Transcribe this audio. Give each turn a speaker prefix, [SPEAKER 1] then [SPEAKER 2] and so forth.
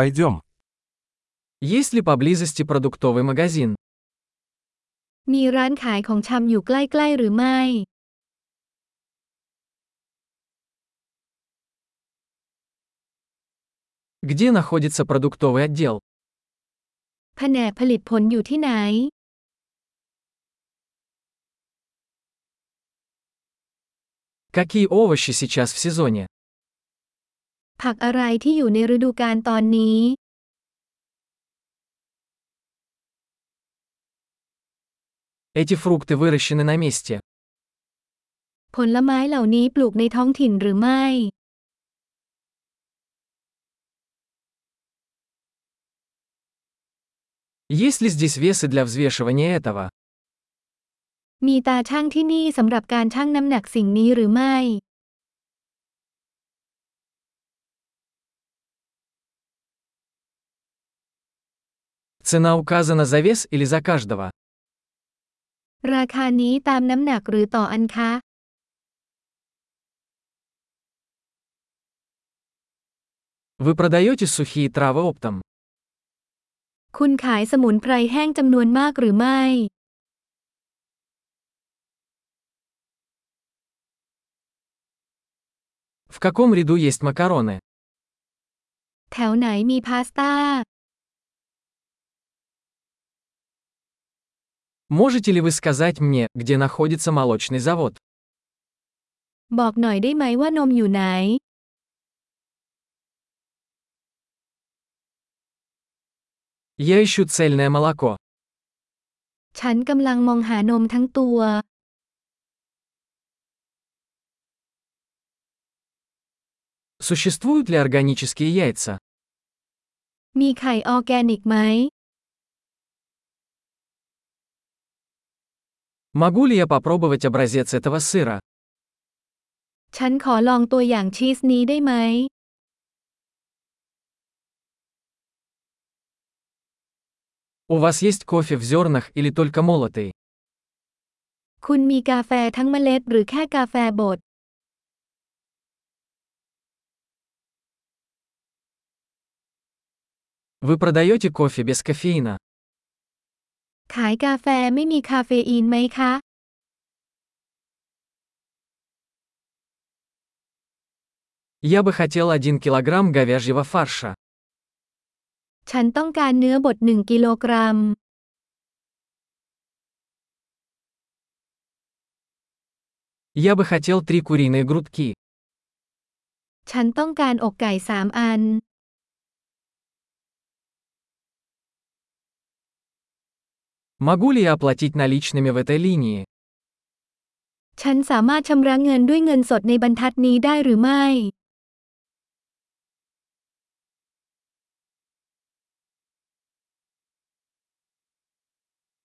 [SPEAKER 1] Пойдем.
[SPEAKER 2] Есть ли поблизости продуктовый магазин?
[SPEAKER 3] มีร้านขายของชำอยู่ใกล้ ๆ หรือไม่
[SPEAKER 2] Где находится продуктовый отдел?
[SPEAKER 3] แผนกผลิตผลอยู่ที่ไหน
[SPEAKER 2] Какие овощи сейчас в сезоне?
[SPEAKER 3] ผักอะไรที่อยู่ในฤดูกาลตอนนี้
[SPEAKER 2] Эти фрукты выращены на месте.
[SPEAKER 3] ผลไม้เหล่านี้ปลูกในท้องถิ่นหรือไม่
[SPEAKER 2] Есть ли здесь весы для взвешивания этого?
[SPEAKER 3] มีตาช่างที่นี่สำหรับการชั่งน้ำหนักสิ่งนี้หรือไม่
[SPEAKER 2] Цена указана за вес или за каждого?
[SPEAKER 3] ราคานี้ตามน้ำหนักหรือต่ออันคะ
[SPEAKER 2] Вы продаете сухие травы оптом?
[SPEAKER 3] คุณขายสมุนไพรแห้งจำนวนมากหรือไม่
[SPEAKER 2] В каком ряду есть макароны?
[SPEAKER 3] แถวไหนมีพาสต้า
[SPEAKER 2] Можете ли вы сказать мне, где находится молочный завод?
[SPEAKER 3] บอกหน่อยได้ไหมว่านมอยู่ไหน
[SPEAKER 2] Я ищу цельное молоко.
[SPEAKER 3] ฉันกำลังมองหานมทั้งตัว
[SPEAKER 2] Существуют ли органические яйца?
[SPEAKER 3] มีไข่ออร์แกนิกไหม
[SPEAKER 2] Могу ли я попробовать образец этого сыра?
[SPEAKER 3] ฉันขอลองตัวอย่างชีสนี้ได้ไหม
[SPEAKER 2] У вас есть кофе в зернах или только молотый?
[SPEAKER 3] คุณมีกาแฟทั้งเมล็ดหรือแค่กาแฟบด
[SPEAKER 2] Вы продаете кофе без кофеина?
[SPEAKER 3] ขายกาแฟไม่มีคาเฟอีนไหมคะ
[SPEAKER 2] Я бы хотел 1 килограмм говяжьего фарша.
[SPEAKER 3] ฉันต้องการเนื้อบด1กิโลกรัม
[SPEAKER 2] Я бы хотел 3 куриные грудки.
[SPEAKER 3] ฉันต้องการอกไก่ 3 อัน
[SPEAKER 2] Могу ли я оплатить наличными в этой линии?
[SPEAKER 3] ฉันสามารถชำระเงินด้วยเงินสดในบรรทัดนี้ได้หรือไม่